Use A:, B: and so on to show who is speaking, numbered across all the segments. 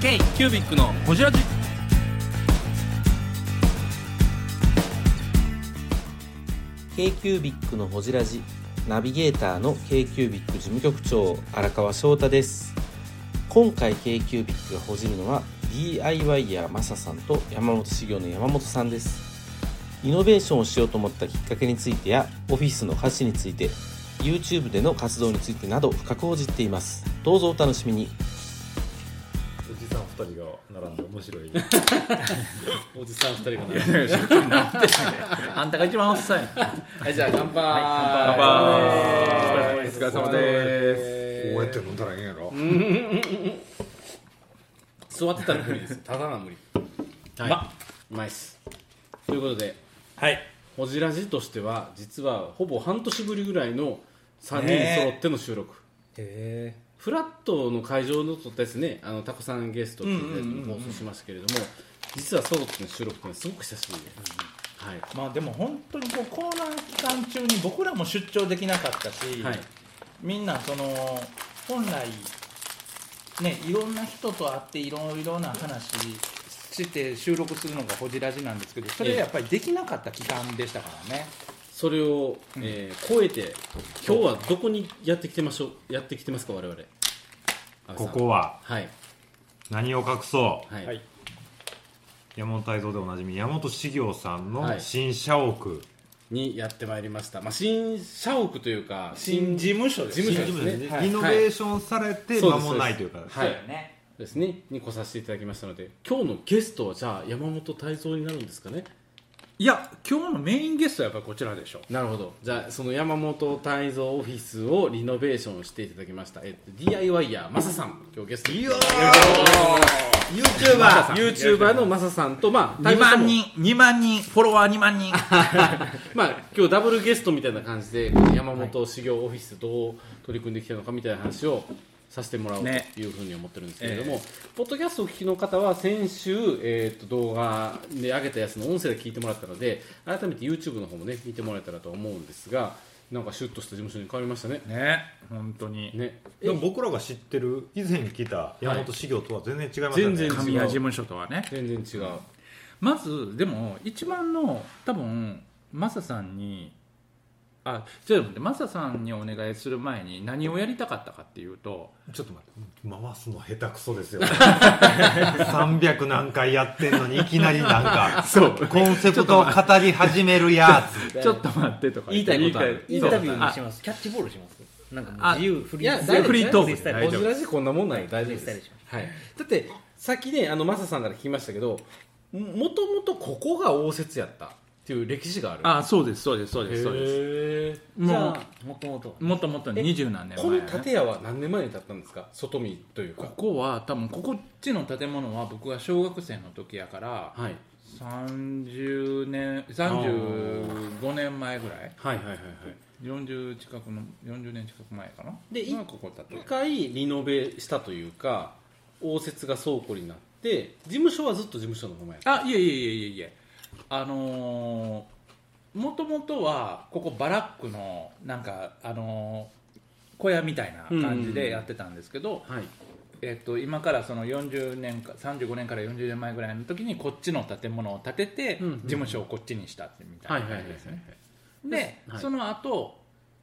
A: K キュービックのホジラジ。
B: k q b i c のほじラジナビゲーターの k q b i c 事務局長荒川翔太です今回 k q b i c がほじるのは DIY やマサさんと山本修行の山本さんですイノベーションをしようと思ったきっかけについてやオフィスの価値について YouTube での活動についてなど深く報じっていますどうぞお楽しみに
C: おじさん二人が並んで面白い
D: おじさん二人がな。
A: あんたが一番おっさんや。
D: はい、じゃあ乾杯。
C: 乾杯
D: お疲れ様です。
C: こうやって飲んだらええんやろ
D: 座ってたら無理です。ただな無理。はい。ま、うまいっす。ということで、
A: はい。
D: ホジラジとしては実はほぼ半年ぶりぐらいの三人
A: ねえ
D: 揃っての収録。フラットの会場のとですね、あのタコさんゲストっていうのを放送しましたけれども、実はソロっての収録ってのはすごく久しぶりで、はい。
A: まあでも本当にこうコーナー期間中に僕らも出張できなかったし、
D: はい
A: みんなその本来ねいろんな人と会っていろいろな話して収録するのがホジラジなんですけどそれやっぱりできなかった期間でしたからね。
D: それを、えー超えて今日はどこにやってきてましょうやってきてますか我々
E: ここは
D: はい
E: 何を隠そう
D: はい、
A: はい
E: 山本泰造でおなじみ山本修行さん
D: は
E: の
D: い
E: 新社屋、
D: にやってまいりました、まあ、新社屋というか
A: 新事務所です
D: 事務所
E: 新事務
D: で
E: ですす
D: ね
E: ね、
D: はい
E: イノベーションされて
D: そう
E: 間
D: です
E: もないというか、
D: は
A: はいいね。
D: ですねに来させていただきましたので今日のゲストはじゃあ山本泰造になるんですかね
F: いや今日のメインゲストはやっぱりこちらでしょ
D: なるほどじゃあその山本泰造オフィスをリノベーションしていただきました、えっと、DIY やマサさん今日ゲストに YouTuber YouTuber のマサさんとまあ
F: 2
D: 対面して
F: 万
D: も
F: 人2万人フォロワー2万人
D: まあ、今日ダブルゲストみたいな感じで山本修行オフィスどう取り組んできたのかみたいな話をさせてもらおうと
F: ね
D: いうふうに思ってるんですけれども、ポッドキャストをお聞きの方は先週、えー、と動画で上げたやつの音声で聞いてもらったので改めて YouTube の方もね見てもらえたらと思うんですがなんかシュッとした事務所に変わりましたね。
F: ね本当に
D: ね
E: でも僕らが知ってる以前に来た山本修行とは全然違いますよ
D: 全
E: ね、
D: 然違
F: 神谷事
D: う
F: 務所とはね
D: 全然違う
F: まずでも一番の多分マサさんにあちょっと待ってマサさんにお願いする前に何をやりたかったかっていうと
E: ちょっと待って回すの下手くそですよ 300何回やってんのにいきなりなんか
F: そう
E: コンセプトを語り始めるやつ
F: ちょっと待ってとか言いたいことある
G: インタビューにし
F: そう
G: ます。キャッチボールします。なんかもう
F: あ
G: 自由フリ
D: いや大
G: ー
D: 丈夫
F: フリートーク
G: フリースタイ
F: 大
G: ル
D: お
F: 丈夫
D: じらじこんなもんなんで大丈夫で
G: 大丈夫ですし、
D: はい、だってさっきねあのマサさんから聞きましたけどももともとここが応接やったっていう歴史がある
F: あそうですそうですそうですそうです
D: へえ
G: じ
F: も
G: ゃ
F: う
G: あ、もともと。
F: もともと二十何年
D: こ
F: 前、
D: の
F: ね、
D: 建屋は何年前に建ったんですか外見という
F: こ
D: か
F: こは多分ここっちの建物は僕が小学生の時やから
D: はい
F: 30年35年前ぐらい
D: はいはいはいはい
F: 40近くの40年近く前かな
D: でい
F: まあここだった
D: 一回リノベしたというか応接が倉庫になって事務所はずっと事務所のままやった
F: あいえいえいえいえいえあのー、もともとはここバラックのなんかあのー小屋みたいな感じでやってたんですけど、
D: はい
F: えっと、今からその40年か35年から40年前ぐらいの時にこっちの建物を建てて
D: うんう
F: 事
D: ん
F: 務所をこっちにしたってみたいな感じですねで
D: はい
F: その後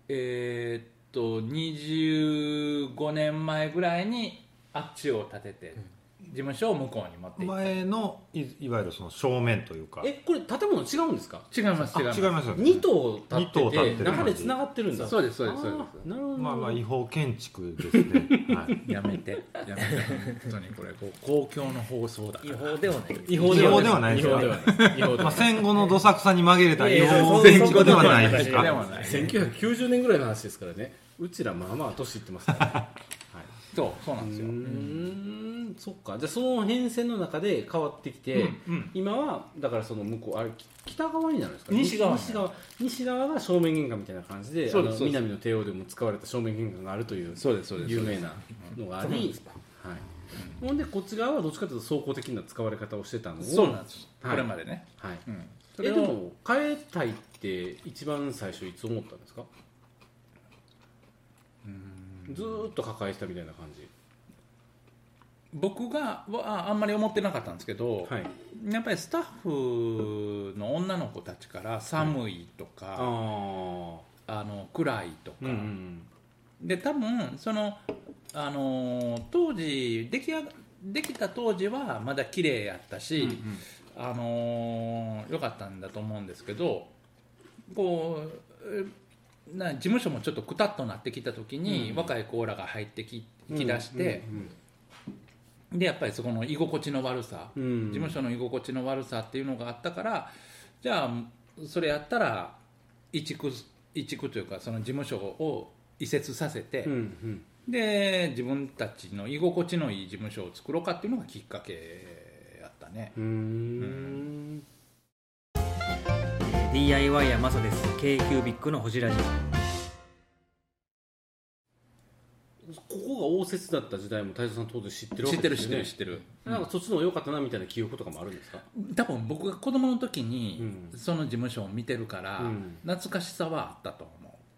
F: えーっと25年前ぐらいにあっちを建てて事務所を向こうに持っていっ
E: 前のいいわゆるその正面というか
D: えこれ建物違うんですか
F: 違います
E: あ
F: 違い
E: 違
F: ます
E: いますよね
D: 2棟建って
E: 二棟建って
D: て
E: る
D: 中でつながってるんだ
F: そうですそうです
D: あ
F: そう
D: ー
F: です
D: なるほど
E: まあまあ違法建築ですね、はい、
F: やめてやめて本当にこれこう公共の放送だか
G: 違
F: ら
G: 法ではない。
D: 違
E: 違法ではない
D: 違
E: です
D: 法
E: よ
D: ではない違法では
E: まあ、
D: ない
E: 戦後のどさくさに紛れた
G: い
E: 違
G: やいや
E: 法
G: そう
E: 戦後ではないです
G: そう
F: で
E: か
F: はない
D: 1990年ぐらいの話ですからねうちらまあまあ年いってますからね、はい、
F: そうそうなん
D: う
F: ですよ
D: ーんそっかじゃあその変遷の中で変わってきて、今はだからその向こうあれき北側になるんですか
F: 西側
D: 西側西側が正面玄関みたいな感じで
F: そうで
D: あ
F: す
D: の
F: そうです
D: 南の帝王でも使われた正面玄関があるという
F: そうですそうです
D: 有名なのがあり、はい、ほんでこっち側はどっちかというと総合的な使われ方をしてたのを
F: そうなんです
D: はい
F: これまでね
D: はい、
F: うん
D: えでも変えたいって一番最初いつ思ったんですかずーっと抱えてたみたいな感じ
F: 僕がはあんまり思ってなかったんですけど、
D: はい
F: やっぱりスタッフの女の子たちから寒いとか、
D: ああ
F: あの暗いとか、
D: うんうん
F: で多分その、あのー当時出来上ができた当時はまだ綺麗やったし、あのー良かったんだと思うんですけどこうえな事務所もちょっとくたっとなってきた時に、若い子らが入ってききだして、でやっぱりそこの居心地の悪さ、
D: うんうん
F: 事務所の居心地の悪さっていうのがあったからじゃあそれやったら移築移築というかその事務所を移設させて、
D: うんうん
F: で自分たちの居心地のいい事務所を作ろうかっていうのがきっかけやったね、
D: うーん
G: DIY やマサです k q b i c のほじラジ
D: ここが応接だった時代も太蔵さん当然知ってるわ
F: 知
D: け
F: って
D: で
F: る
D: す
F: 知っ
D: よ
F: て
D: ね
F: る知ってる
D: なんかそっちの方が良かったなみたいな記憶とかもあるんですか
F: 多分僕が子供の時に
D: う
F: その事務所を見てるから、
D: うん
F: 懐かしさはあったと思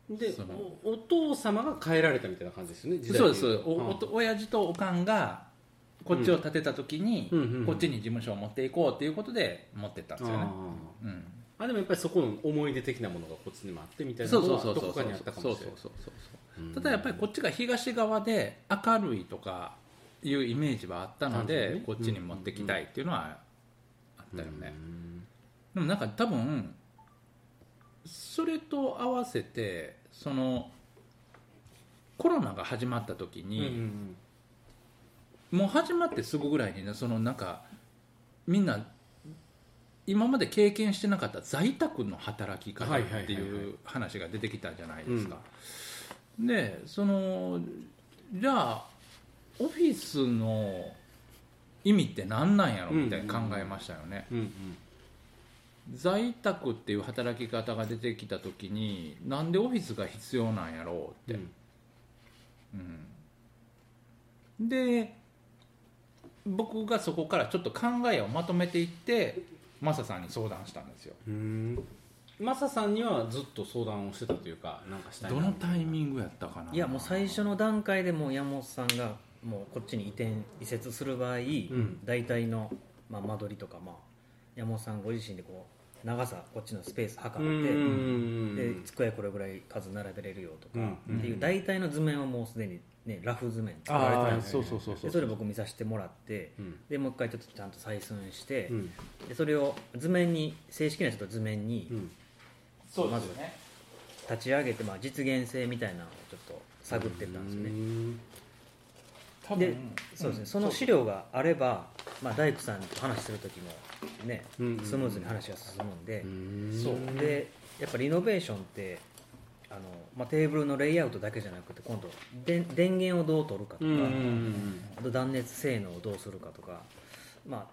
D: で
F: その
D: おお父様が帰られたみたいな感じですよね
F: う
D: 時代
F: そう
D: 的
F: で
D: に
F: すおおと親父とおかんがこっちを建てた時に、
D: うんうんうんうん
F: こっちに事務所を持っていこうということで持ってったん
D: あ
F: ですよね、うん、
D: ああでもやっぱりそこの思い出的なものがこっちにもあってみたいな
F: そ
D: の
F: うそう
D: が
F: そう
D: ど
F: そうそ
D: こか
F: う
D: にあったかもしれない
F: そうそうそうただやっぱりこっちが東側で明るいとかいうイメージはあったの
D: なる
F: で、
D: ほどね
F: こっちに持ってきたいっていうのはあったよね、でもなんか多分それと合わせてそのコロナが始まった時
D: うんう
F: に、
D: ん
F: もう始まってすぐぐらいにねそのなんかみんな今まで経験してなかった在宅の働き方
D: は
F: っ
D: いはいはいはい
F: ていう話が出てきたじゃないですか。でそのじゃあオフィスの意味って何なんやろみたいに考えましたよね。
D: うんうん
F: 在宅っていう働き方が出てきた時になんでオフィスが必要なんやろうって、うんで僕がそこからちょっと考えをまとめていってマサさんに相談したんですよ
D: うんマサさんにはずっと相談をしてたというかなんかしたい
F: どのタイミ
D: ン
F: ングやったかない
G: いやもう最初の段階でもう山本さんがもうこっちに移転移設する場合、
D: ん
G: 大体の、まあ、間取りとか、まあ、山本さんご自身でこう長さこっちのスペース測って、で
D: で
G: 机これぐらい数並べれるよとか、
D: うんうん
G: っていう大体の図面はもうすでに、ね、ラフ図面
F: ああ、
D: はいはいはい
F: そうそうそうそ
G: で
F: う
G: それ僕見させてもらって、
D: うん
G: でもう一回ちょっとちゃんと採寸して、
D: うん
G: でそれを図面に正式なちょっと図面に
D: うん
F: そうですよね
G: 立ち上げて、まあ、実現性みたいなのをちょっと探ってったんですよね、
D: うん
F: 多
G: で
F: 分
G: そうですね、その資料があれば、まあ、大工さんと話する時もね、
D: うんうんうん
G: スムーズに話が進むんで、
F: そう
G: でやっぱリノベーションってあの、まあ、テーブルのレイアウトだけじゃなくて今度で電源をどう取るかとか、
D: うんうんうん
G: あと断熱性能をどうするかとか、まあ、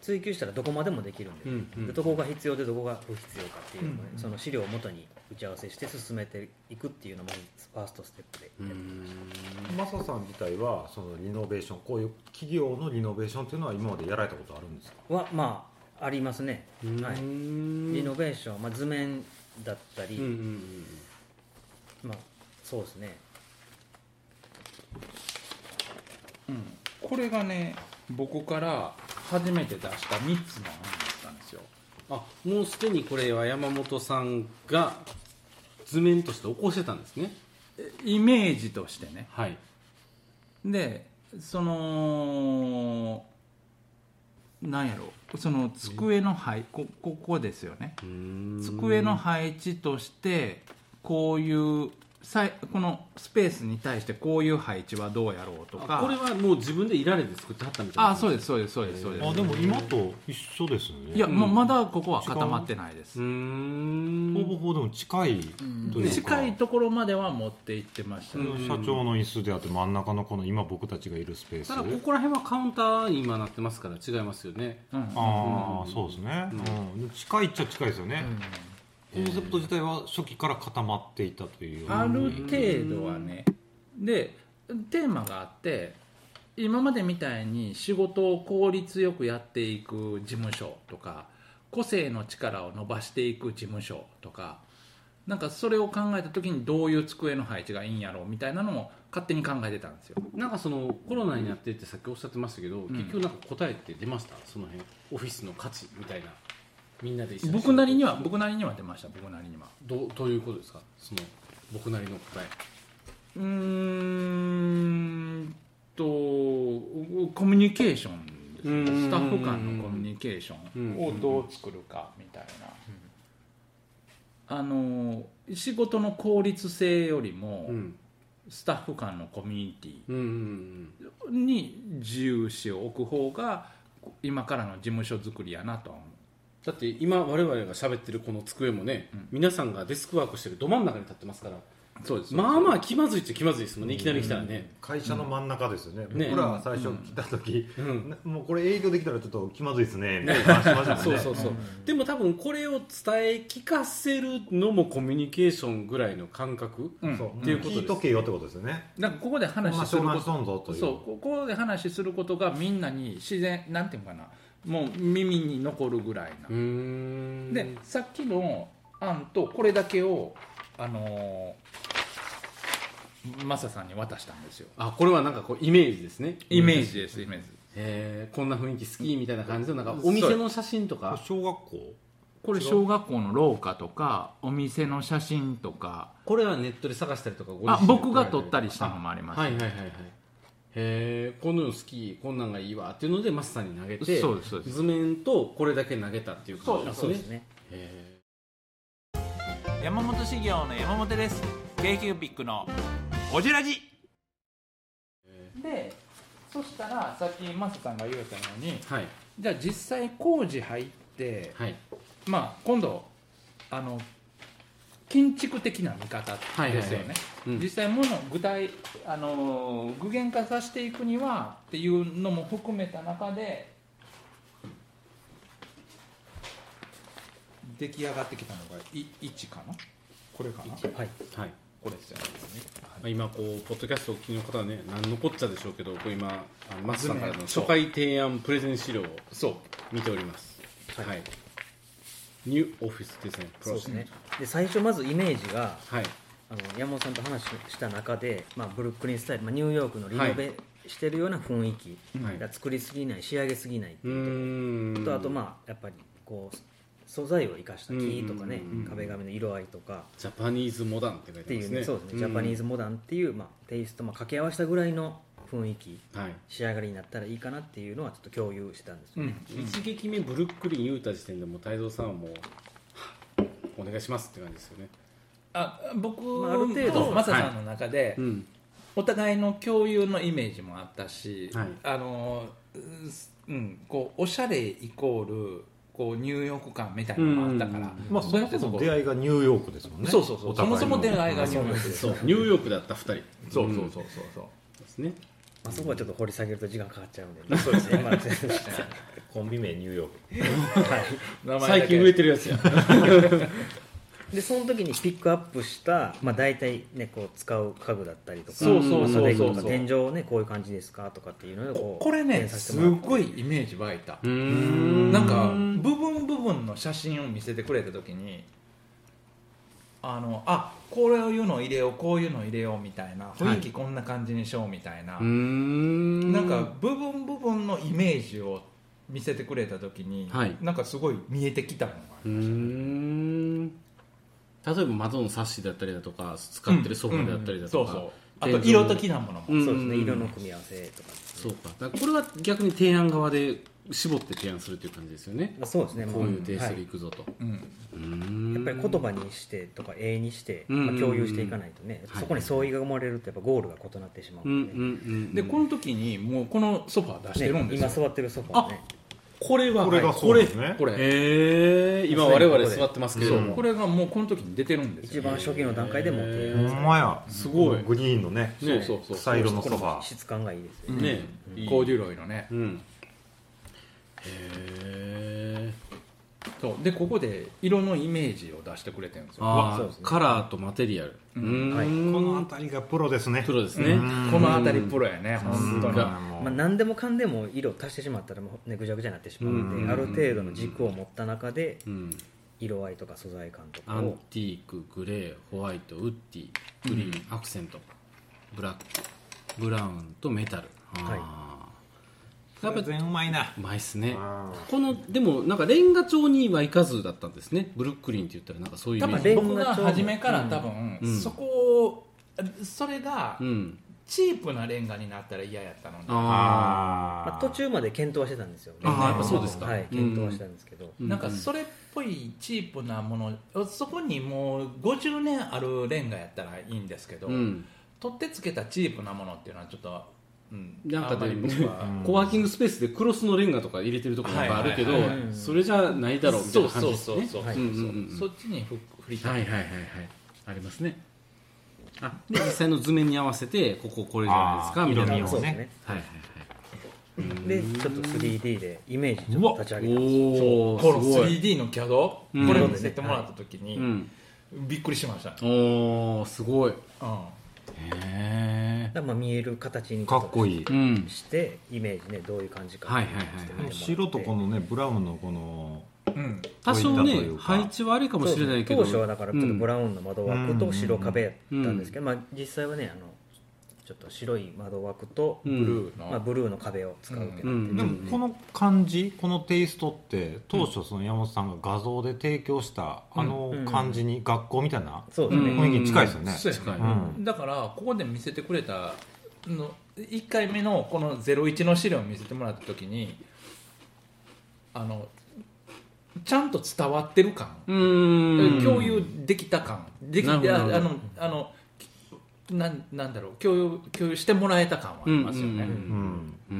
G: 追求したらどこまでもできるんで,、
D: うんうん
G: でどこが必要でどこが不必要かっていうのもね、その資料を元に打ち合わせして進めていくっていうのもファーストステップでやってました。
E: マサさん自体はそのリノベーションこういう企業のリノベーションっていうのは今までやられたことあるんですか
G: はまあありますね、はい、リノベーション、まあ、図面だったり、
D: うんうんうん
G: まあ、そうですね
F: これがね僕から初めて出した3つの案だったんですよ
D: あもうすでにこれは山本さんが図面として起こしてたんですね
F: えイメージとしてね
D: はい
F: でそのなんやろその机の配こここですよね机の配置としてこういうさいこのスペースに対してこういう配置はどうやろうとか
D: あこれはもう自分でいられで作ってはったみたいな
F: あそう
D: う
F: ですそうですそうですそうです
E: あでも今と一緒ですよね
F: いや、もうまだここは固まってないです
D: うーん
E: ほぼほぼでも近いというか
F: 近いところまでは持って行ってましたね、
E: 社長の椅子であって真ん中のこの今僕たちがいるスペース
D: ただここら辺はカウンターに今なってますから違いますよね
F: うん
E: ああそうですね、うん近いっちゃ近いですよね、コンセプト自体は初期から固まっていたという
F: ある程度はねでテーマがあって今までみたいに仕事を効率よくやっていく事務所とか個性の力を伸ばしていく事務所とかなんかそれを考えた時にどういう机の配置がいいんやろうみたいなのも勝手に考えてたんですよ
D: なんかそのコロナになってってさっきおっしゃってましたけど、結局なんか答えって出ましたその辺オフィスの価値みたいなみんなで一緒に
F: 僕なりには僕なりには出ました僕なりには
D: どうどういうことですかその僕なりの答え
F: うーんとコミュニケーションです
D: うんうんうん
F: ねスタッフ間のコミュニケーション
D: うん
F: をどう作るかみたいな、あの仕事の効率性よりも、
D: うん
F: スタッフ間のコミュニ
D: うんうん
F: ティに重視を置く方が今からの事務所作りやなとは思
D: だって今我々が喋ってるこの机もね、皆さんがデスクワークしてるど真ん中に立ってますから
F: うそうです
D: まあまあ気まずいっちゃ気まずいですもんねいきなり来たらね、
E: 会社の真ん中ですよね、
D: ね
E: 僕らは最初来た時、
D: うん
E: なもうこれ営業できたらちょっと気まずいですねみたいな話しましたもん
D: そう
E: ね
D: そうそう、でも多分これを伝え聞かせるのもコミュニケーションぐらいの感覚、
F: うん
E: そう
D: っていうことです
E: 聞いとけよってことですよね
F: なんかここで
E: こん
F: 話
E: な
F: する
E: 人
F: こ
E: が
F: と
E: しとんぞという
F: そうここで話することがみんなに自然なんていうのかなもう耳に残るぐらいな、
D: うーん
F: でさっきの案とこれだけをあのーマサさんに渡したんですよ
D: あこれはなんかこうイメージですね
F: イメージですイメージ
D: えーこんな雰囲気好きみたいな感じのなんかお店の写真とか
E: 小学校
F: これ小学校の廊下とかお店の写真とか
D: これはネットで探したりとかご自身
F: あ
D: で
F: 僕が撮ったりしたのもあり
D: あ
F: ます、
D: はいはいはいはいへえこのの好きこんなんがいいわっていうのでマスさんに投げて
F: そうですそうです
D: 図面とこれだけ投げたっていう感じなんです
G: そう
D: ね
G: ですね
D: へ
A: 山本修行の山本です k q ピックのおじらじ
F: でそしたらさっきマサさんが言うたように
D: ーはい
F: じゃあ実際工事入って
D: はい
F: まあ今度あの建築的な見方
D: いはいはい
F: ですよね
D: うん
F: 実際もの具体あの具現化させていくにはっていうのも含めた中で出来上がってきたのがい1かなこれかな
G: はい
D: はい
F: これですよね
D: まあ今こうポッドキャストをお聞きの方はね何のこっちゃでしょうけどこう今あのマスさんからの初回提案プレゼン資料を見ておりますはい、ニューオフィスデザインプ
G: そう
D: ロ
G: です
D: ジェ
G: ね
D: ク
G: で最初まずイメージが
D: トはい
G: あの山本さんと話した中で、まあ、ブルックリンスタイル、まあ、ニューヨークのリノベしてるような雰囲気
D: はい
G: が作りすぎない仕上げすぎないって
D: う
G: いうとこ
D: ーん
G: とあとまあやっぱりこう素材を生かした木とかね
D: うん
G: 壁紙の色合いとか
D: ジャパニーズモダンって書い
G: って
D: てま
G: い
D: す
G: う
D: ね
G: ねそうですねジャパニーズモダンっていうまあテイストまあ掛け合わせたぐらいの雰囲気
D: うんはい
G: 仕上がりになったらいいかなっていうのはちょっと共有してたんですよね
D: 一撃目ブルックリン言うた時点でもう太蔵さんはもうはぁお願いしますって感じですよね
F: あ僕
G: まあある程度
F: とマサさんの中で、
D: うん
F: お互いの共有のイメージもあったし、
D: はい
F: あのうんこうおしゃれイコールこうニューヨーク感みたいなのもあったから、
E: まあそもそも出会いがニューヨークですもんね
F: そうそうそう
E: お互いの
F: そもそも出会いがニューヨークです
D: そうニューヨークだった2
A: そ
D: 人
A: うそうそうそうそう
D: ですね
G: まあそこはちょっと掘り下げると時間かかっちゃうんでそうですね
E: コンビ名ニューヨーク
F: 名前だ
D: 最
F: け
D: 近売れてるやつや
G: でその時にピックアップした、まあ、大体ねこう使う家具だったりとか
F: そうそうそうそう
G: こんなデッキとか天井ねこういう感じですかとかっていうのを
F: こ
G: こう
F: これね
G: 提案させ
F: す
G: て
F: っ
G: もらって
F: ごいイメージ湧いた
D: うーん
F: なんか部分部分の写真を見せてくれた時にあのあこれを言うの入れようこういうの入れようみたいな雰囲気こんな感じにしようみたいな、
D: うーん
F: なんか部分部分のイメージを見せてくれた時に、
D: はい
F: なんかすごい見えてきたのが
D: うーん例えば窓のサッシだったりだとか使ってるソファーであったりだ
F: う
D: とか、
F: んうんそうそうあと色的なものも、
D: うん
G: そうですね色の組み合わせとかですね
D: そうかだからこれは逆に提案側で絞って提案するっていう感じですよね
G: まあそうですね
D: こういう
G: も
D: テイスト
G: は
D: で
G: い
D: いくぞと、
F: うん
D: うーん
G: やっぱり言葉にしてとか絵にして、
D: うんうんうん
G: まあ、共有していかないとね、
D: はい
G: そこに相違が生まれるとやっぱゴールが異なってしまう
D: うんう
G: の
D: ん
G: で,、
D: うんうん
F: でこの時にもうこのソファー出してるんで
G: ね
F: す
G: 今
F: よ、
G: 座ってるソファーね
D: これは
E: これがそうですね
F: これ、
D: へえ今我々座ってますけれど
F: こ
D: も
F: れがもうこの時に出てるんです
G: 一
F: よ、
G: 番初期の段階でもう提
E: ほ
G: 案
E: んまや
D: すごい
E: グリーンのね
D: ね
F: そうそうそう
E: 草色のソファー
G: 質感がいいですよね、
D: ね
F: うんコーデュロイのね
D: うんへえ
F: そうでここで色のイメージを出してくれてるんですよ
D: あ
G: そう
D: あ、
G: ですね
D: カラーとマテリアルうーん、
G: はい
E: この辺りがプロですね
D: プロですね
E: うん
F: この辺りプロやね本当に
D: が
G: まあ、何でもかんでも色足してしまったらもうねぐちゃぐちゃになってしまうので、ある程度の軸を持った中で
D: うん
G: 色合いとか素材感とか
D: アン
G: を
D: ティークグレーホワイトウッディグリーン、アクセントブラックブラウンとメタルあーやっぱり
E: 全うまいな
D: うまいっすね
E: あ
D: このでもなんかレンガ調にはいかずだったんですねブルックリンって言ったらなんかそういうイ
F: 多
D: メー
F: 分
D: ジ
G: レンガ
F: 僕が初めから多分、
D: うん
F: そこをそれが
D: うん
F: チープなレンガになったら嫌やったので、
D: あ
G: まあ、途中まで検討はしてたんですよ
D: あーやっぱそうですか
G: はい、検討はしてたんですけど、
D: ー
F: なんかそれっぽいチープなものそこにもう50年あるレンガやったらいいんですけど、
D: うん
F: 取ってつけたチープなものっていうのはちょっと、うん、
D: なん
F: あ
D: か
F: んま
D: で
F: り僕は
D: コワーキングスペースでクロスのレンガとか入れてるところがあるけど
F: はいはいはい
G: はい
D: それじゃないだろうみたい
F: そう
D: な感じ
F: そう
D: です
F: そうそ
D: ね
F: う、
G: はい
D: うんうんうん
F: そそっちに振振りた、
D: はいいはいはいはいありますねあで実際の図面に合わせてこここれじゃないですか
E: あー
D: みたいな
E: 色味を
G: そうです
E: ね
G: ね
D: はいはい
G: でちょっと 3D でイメージち
E: う
G: ょ
E: わ
G: っと立ち
D: はい
G: 上げたんですよ
D: おお
F: この
D: すごい
F: 3D の CAD、こ
D: うん
F: れ見せてもらった時に、
D: うん
F: びっくりしました、
D: おおすご
F: う
D: い
F: ん
D: へえ
G: だからまあ見える形に
E: かっこいい
D: うん
G: してイメージねどういう感じか
D: はいはいはいはい
G: ちょっ見てもらって
E: 白とこのねブラウンのこの
F: うん、
D: 多少
E: こういったとい
D: ね
E: うか
D: 配置はあれかもしれないけ
G: そ
D: ど
G: うですね当初はだからちょっとブラウンの窓枠と白壁やったんですけど、まあ、実際はねあのちょっと白い窓枠と、
D: うん
F: ブルーの、
G: まあ、ブルーの壁を使うけど、
D: うんうん
E: でもこの感じこのテイストって当初その山本さんが画像で提供したあの感じに学校みたいな
G: そうですね、
D: うん
E: 雰囲気に近いですよね
F: そうや
D: 近い
E: うん
F: だからここで見せてくれたの1回目のこの01の資料を見せてもらった時にあのちゃんと伝わってる感、
D: うーん
F: 共有できた感でき
D: なるほど
F: あ
D: な
F: あ
D: るほ
F: のあのなんなんだろう共有共有してもらえた感はありますよね、
D: うんうんうん
E: うん
D: うー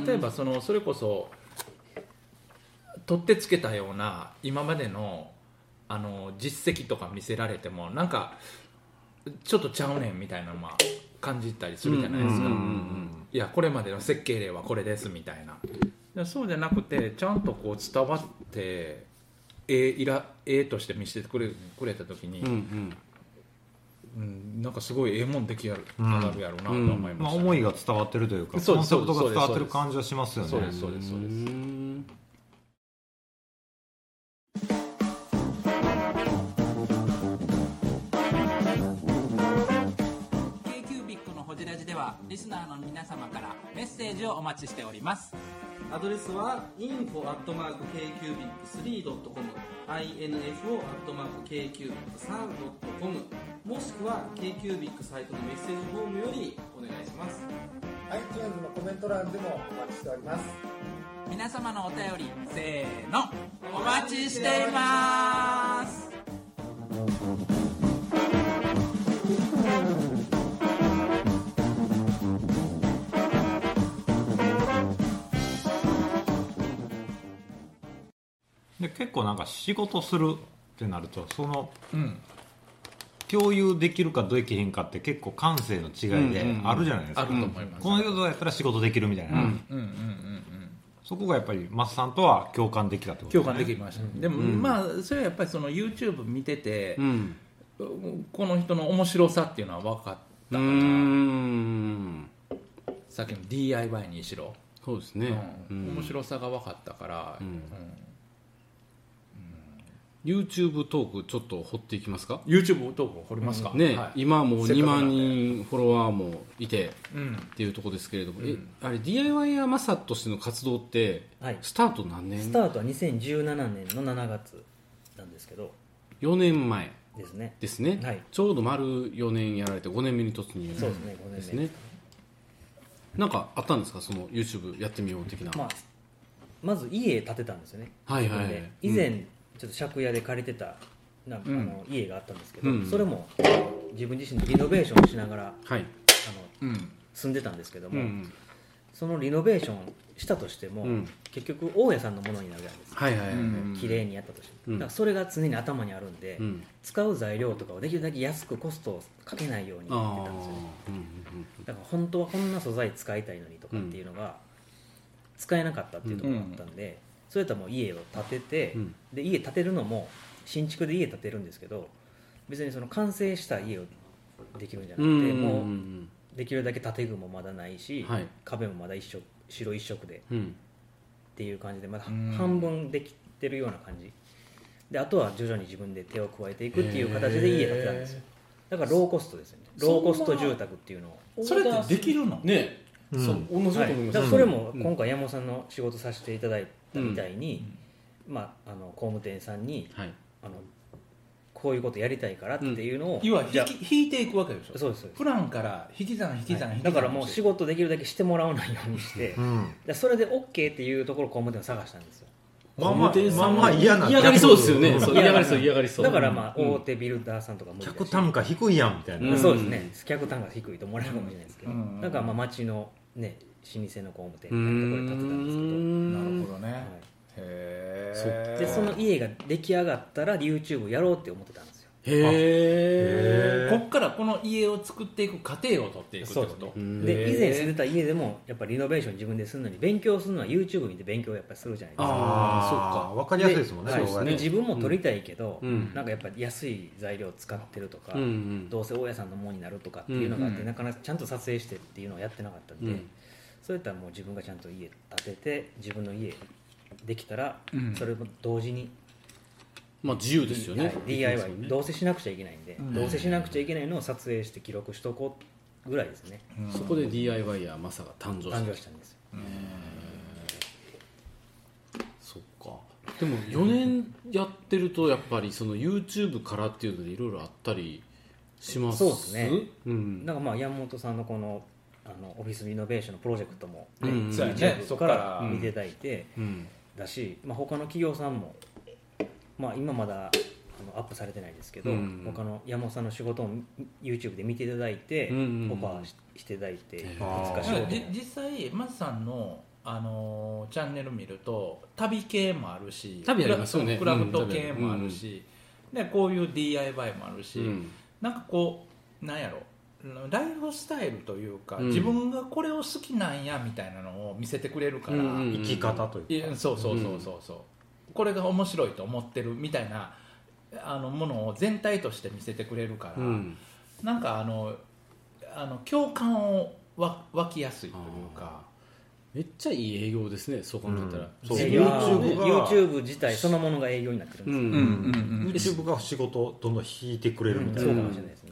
D: ん
F: 例えばそのそれこそ取ってつけたような今までのあの実績とか見せられてもなんかちょっとちゃうねんみたいなのは感じたりするじゃないですか、
D: うんうん
F: いやこれまでの設計例はこれですみたいなでそうじゃなくてちゃんとこう伝わって絵イラ絵として見せてくれくれた時に、
D: う
F: うん
D: ん
F: なんかすごいええもん出来上がるやろうなと思いま
E: まあ、
F: した、ね
E: 思いが伝わってるというか
F: そう
E: コ
F: で
E: ン
F: す
E: セプトが
F: そう
E: 伝
F: です
E: わってる感じはしますよね
F: そうですそうですそううです
D: ーん
H: アドレスは info.kcubic3.com info.kcubic3.com もしくは KQBIC サイトのメッセージフォームよりお願いします
I: iTunes のコメント欄でもお待ちしております
H: 皆様のお便りせーのお待ちしています
E: で結構なんか仕事するってなるとその
F: うん
E: 共有できるかできへんかって結構感性の違いであるじゃないですか、
F: あると思います、
E: この人とやったら仕事できるみたいな、
F: うんうんうんうん
E: そこがやっぱりマスさんとは共感できたってこと
F: 共感できました、でも、まあそれはやっぱりその YouTube 見てて
D: う、ん
F: この人の面白さっていうのは分かっ
D: うーん
F: さっきの DIY にしろ、
D: そうです
F: うん
D: ね、
F: 面白さが分かったから、
D: YouTube トークちょっと掘っていきますか
F: YouTube 投稿掘りますか、
D: ね、
F: はい
D: 今もう
F: せっか
D: 2
F: くなん
D: 万
F: で
D: 人フォロワーもいて
F: うん、
D: っていうところですけれども、えあれ DIY やマサとしての活動って
G: はい
D: スタート何年
G: スタートは2017年の7月なんですけど
D: 4年前
G: ですね
D: ですね、
G: はい
D: ちょうど丸4年やられて5年目に突入
G: そうですね5年目
D: ですねなんかあったんですかその YouTube やってみよう的な、
G: まあ、まず家建てたんですよね、
D: はいはいはい
G: 自分で以前ちょっと借家で借りてたなあの家があったんですけど、
D: うん
G: それも自分自身でリノベーションしながらあの
D: はい、
G: 住んでたんですけど
D: うん
G: も、
D: うん、
G: そのリノベーションしたとしても、
D: うん
G: 結局大家さんのものになるじゃないですか
D: はいはいはいはい、
G: 綺麗にやったとしても、
D: うん
G: だからそれが常に頭にあるんで、
D: うん
G: 使う材料とかをできるだけ安くコストをかけないように
D: あ
G: やってたんですよね
D: あ、うんうん
G: だから本当はこんな素材使いたいのにとかっていうのが使えなかったっていうところだったんで、それともう家を建てて、
D: うん
G: で家建てるのも新築で家建てるんですけど別にその完成した家をできるんじゃな
D: う
G: く
D: ん
G: て、
D: うんうんう
G: も
D: ん
G: うできるだけ建具もまだないし、
D: はい
G: 壁もまだ一色白一色でっ
D: うん
G: ていう感じでまだ
F: ん
G: 半分できてるような感じであとは徐々に自分で手を加えていくっていう形で家建てたんですよだからローコストですよねローコスト住宅っていうのを
F: それってできるの
D: ね
E: うん
D: そう同じこと
G: はい
D: 思います、
G: だからそれも今回山本さんの仕事させていただいたみたいに、まあ、あの工務店さんに
D: はい
G: あのこういうことやりたいからっていうのを、
F: 要は
G: じゃ
F: 引
G: あ
F: き引いていくわけでしょ
G: そうですそうです
F: プランから引き算引き算引き算
G: だからもう仕
F: し
G: 事できるだけしてもらわないようにして
E: うん
G: でそれで OK っていうところを工務店を探したんですよ
E: まあ
D: 工務
E: ま
D: 店
E: あま
D: さ
E: あ
D: んも
E: まあ嫌な
D: 嫌がりそうですよねそう
G: いや
D: 嫌がりそう嫌がりそう
G: だからまあ
D: うん
G: 大手ビルダーさんとか無理だし
E: 客単価低いやんみたいな、
D: うん
G: そうですね客単価低いともらえるかもしれないですけど、
F: うん
G: だからまあ町のね老舗の工務店
D: うー
G: みたいなところに建てたん
F: な
G: で
F: る
D: ん
F: ほどね、
G: すけど、はい
F: へえ
G: でその家が出来上がったら YouTube やろうって思ってたんですよ
D: へえ
F: こっからこの家を作っていく過程を取っていくってこと
G: そう
D: うん
G: で以前住んでた家でもやっぱリノベーション自分でするのに勉強するのは YouTube 見て勉強やっぱりするじゃないですか
E: ああ
D: あ
E: 分かりやすいですもんね
G: はい
E: 動画
G: で
E: ね
G: 自分も取りたいけど、
D: うん
G: なんかやっぱり安い材料を使ってるとか、
D: うんうん
G: どうせ大家さんのものになるとかっていうのがあって、
F: うん
G: なかなかちゃんと撮影してっていうのをやってなかったんで、
D: うん
G: そういったらもう自分がちゃんと家建てて自分の家できたら、
F: うん
G: それも同時に
D: まあ自由ですよね
G: はい DIY
D: ね
G: どうせしなくちゃいけないんで、
F: ん
G: どうせしなくちゃいけないのを撮影して記録しとこうぐらいですね
D: そこで DIY やマサが誕生
G: 誕
D: し
G: 生
D: た
G: したんですよ
D: そっかでも4年やってるとやっぱりその YouTube からっていうのでいろいろあったりします
G: そうですね
D: うん
G: だからまあ山本さんのこのあのオフィスリノベーションのプロジェクトも、
D: うんうん
F: そうやねそ
G: YouTube
F: っ
G: か
F: から
G: ら見ていただいて、
D: うん
G: だし、まあ、他の企業さんも、まあ、今まだあのアップされてないですけど、
D: うん
G: 他の山本さんの仕事を YouTube で見ていただいて、
D: うんうんうん
G: オファーししていただいていくつ
D: あ
G: か仕
F: だから
G: 事も
F: じ実際マスさんのあのーチャンネル見ると旅系もあるし
D: 旅ありますよね
F: クラフト
D: うん旅あ
F: 系
D: る
F: もあるし、でこういう DIY もあるし、
D: うん
F: なんかこうなんやろライフスタイルというか、
D: うん
F: 自分がこれを好きなんやみたいなのを見せてくれるから、
D: うんうん
E: 生き方というか
F: いやそうそうそうそうそう、これが面白いと思ってるみたいなあのものを全体として見せてくれるから、
D: うん
F: なんかあのあの共感をわ湧きやすいというか
D: めっちゃいい営業ですねそう考えたら
E: うんそう
G: で
D: 自
E: い
D: 分
E: や
G: YouTube,
E: YouTube が
G: YouTube 自体そのものが営業になってるんですよ、
D: うん
F: ん
E: YouTube が仕事をどんどん引いてくれるみたい
G: そう
E: な、
G: かもしれないです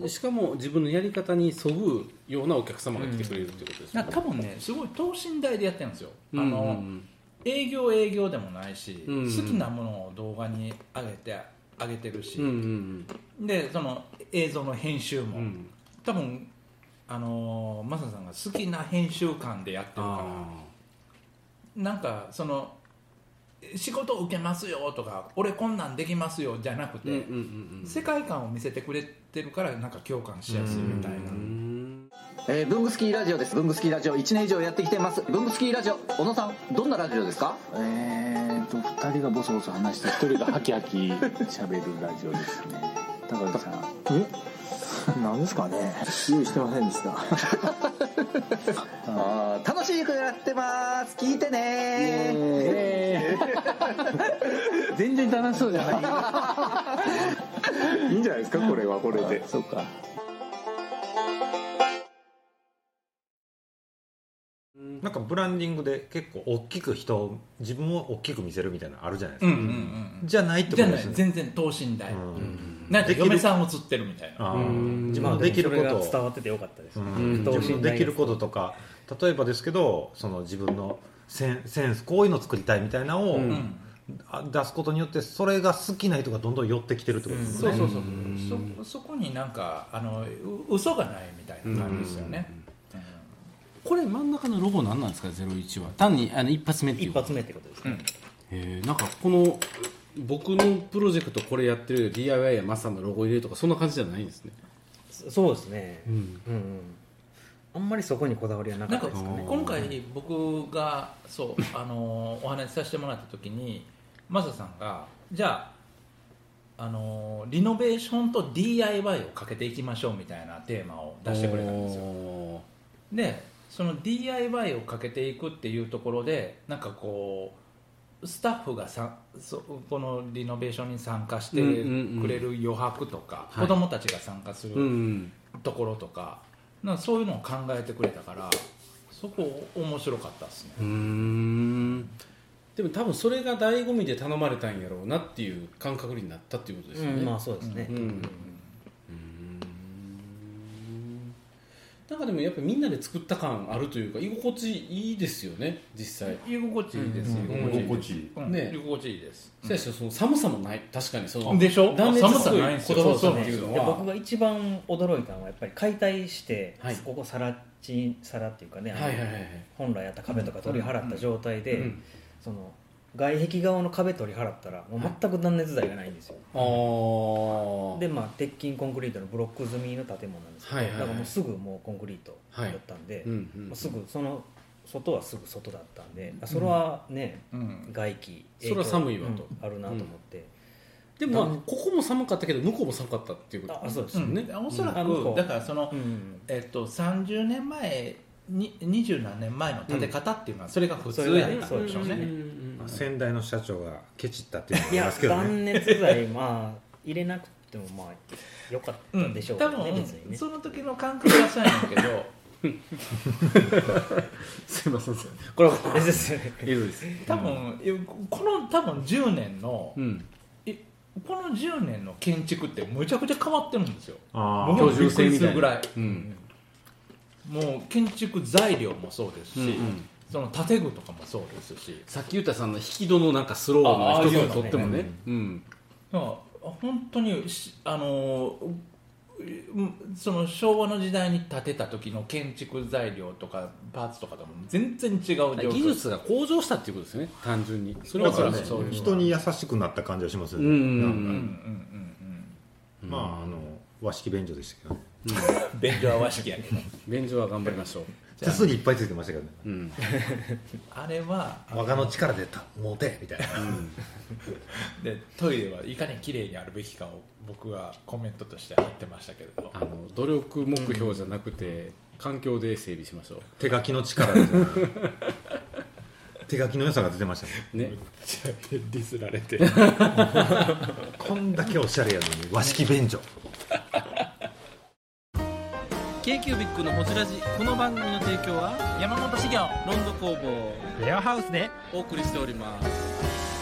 G: ね、
D: しかも自分のやり方にそぐようなお客様が来てくれるってことですよ
F: なん
D: ね
F: か多分ねすごい等身大でやってるんですよ、
D: うん
F: あ
D: う
F: の
D: ん
F: 営業営業でもないし、
D: うんうん
F: 好きなものを動画に上げて上げてるし、
D: うんうん
F: でその映像の編集
D: う
F: も、
D: んうん
F: 多分あのマサさんが好きな編集感でやってるから
D: あ
F: なんかその仕事受けますよとか俺こんなんできますよじゃなく
D: ー
F: て、
D: うんうんうんうん
F: 世界観を見せてくれてるからなんか共感しやすいみたいな、
D: うん
J: えー、文具スキーラジオです文具スキーラジオ1年以上やってきてます文具スキーラジオ小野さんどんなラジオですかえーと2人がボソボソ話して1人がハキハキ喋るラジオですね高木さんえなんですかね用意してませんでした あー楽しい曲やってます聞いてね全然楽しそうじゃないいいんじゃないですかこれはこれでそうか
E: なんかブランディングで結構大きく人を自分を大きく見せるみたいなのあるじゃないで
F: う
E: す
F: ん
E: か、
F: うんうん
E: じゃないってこ
F: じゃ
E: と
F: な
E: で
F: い
E: すね
F: 全然等身大、
E: うん
F: なんか
E: できる
F: 嫁さん映ってるみたいな
E: あー
D: うん
E: 自
G: ま
E: 分
G: あ
E: のできるこ
G: もそれが伝
E: と、
G: わっててよかったです、
E: うん
G: 等身大
E: 自分のできることとか例えばですけどその自分のセンセンスこういうの作りたいみたいなのを、
D: うん
F: うん
E: あ出すことによってそれが好きな人がどんどん寄ってきてるってことです
F: そう
E: よね、
F: そうそうそそこになんかあのう嘘がないみたいな感じですよね、
K: これ真ん中のロゴ何なんですか01は単にあの一発目っていう
G: 一発目ってことですね、
D: えーなんかこの僕のプロジェクトこれやってる DIY やマサのロゴ入れるとかそんな感じじゃないんですね
G: そそうですね、うんんうんあんまりそこにこだわりはなか
F: な
G: っ
F: ん
G: た
F: か
G: ですかね
F: 今回僕がそうあのお話しさせてもらった時にマサさんがじゃああのリノベーションと DIY をかけていきましょうみたいなテーマを出してくれたんですよ
D: よ
F: でその DIY をかけていくっていうところでなんかこうスタッフがさそこのリノベーションに参加して
D: うんうんうん
F: くれる余白とか、
D: はい
F: 子供たちが参加す
D: うんう
F: る
D: ん
F: ところとか,、なんかそういうのを考えてくれたからそこ面白かったですね
D: うーんでも多分それが醍醐味で頼まれたんやろうなっていう感覚になったっていうことですよね、
G: うんまあそうですね
D: うんなんかでもやっぱりみんなで作った感あるというか居心地いいですよね実際
L: 居心地いいです
D: うん
L: 居心地いい
D: 居心地いい
L: うん
D: ね
L: 居心地いいです
D: そうやしその寒さもない確かにその
L: でしょ
D: 断熱
L: 寒さないんですよ
D: 言葉
L: そう
D: だ
L: そう
D: っていうの
G: で僕
D: は
G: が一番驚いたのはやっぱり解体して、
D: はい
G: ここさらちさらっていうかね、あの
D: はいはいはいはい
G: 本来あった壁とか取り払った状態で、
D: うん
G: その外壁側の壁取り払ったらもう全く断熱材がないんですよ、
D: あー
G: でまあ鉄筋コンクリートのブロック済みの建物なんですけど、
D: はいはいはい
G: だからもうすぐもうコンクリートだったんで、
D: うんうん
G: もうすぐその外はすぐ外だったんで、あそれはね、外気
D: それは寒いわと
G: うんあるなと思って、
D: でもまあここも寒かったけど向こうも寒かったっていうこと
G: あそうです
D: よ
F: うん
D: ね、
F: おそら
G: あ
F: く
G: の
F: だからその、
G: うん
F: えっと、30年前に20何年前の建て方っていうのはそれが普
G: そ
F: 通
G: れ
F: や
G: が
F: っ
G: ね
F: たんでしょう
D: うんうんう
F: ね。
D: ん
E: まあ先代の社長がケチったっていうのもあ
G: い
E: りま
G: や
E: すけどね
G: 断熱材まあ入れなくてもまあよかったんでしょうけ
F: 多
G: どね、
F: 分
G: 別にね
F: その時の感覚はそうやねんけど
D: すいませんこれは
G: 別ですよね
D: いるです
F: 多分いやこの多分10年の
D: うん
F: えこの10年の建築ってむちゃくちゃ変わってるんですよ
E: あー
F: 僕もびっくりするぐらい
D: うん
F: もう建築材料もそうですし、
D: うんうん
F: その建具とかもそうですし
D: さっき言ったさんの引き戸のなんかスローの一つにとってもねうん
F: だから本当にしあのーうんその昭和の時代に建てた時の建築材料とかパーツとかとも全然違う状況
D: 技術が向上したっていうことですよね単純にそれ
E: だ
D: は
E: か
D: そ
E: ら
D: う
E: ね
D: ですよね
E: 人に優しくなった感じがしますよね、
D: うんうんうん
E: な
F: うんうん
E: か
F: ん
E: まああの和式便所でしたけどね
F: うんうん便所は和式やけど
D: 便所は頑張りましょ
E: 手すりいっぱいついてましたけどね
D: ううん
F: あれは
E: 我がの力でたもうてみたいな
F: でトイレはいかに綺麗にあるべきかを僕はコメントとして言ってましたけれど
D: あの努力目標じゃなくて環境で整備しましょ
E: 手書きの力で手書きの良さが出てましたね
D: うね
F: ディスられて
E: こんだけおしゃれやのに和式便所
H: k q b i c のホジラジこの番組の提供は山本資源ロンド工房レアハウスでお送りしております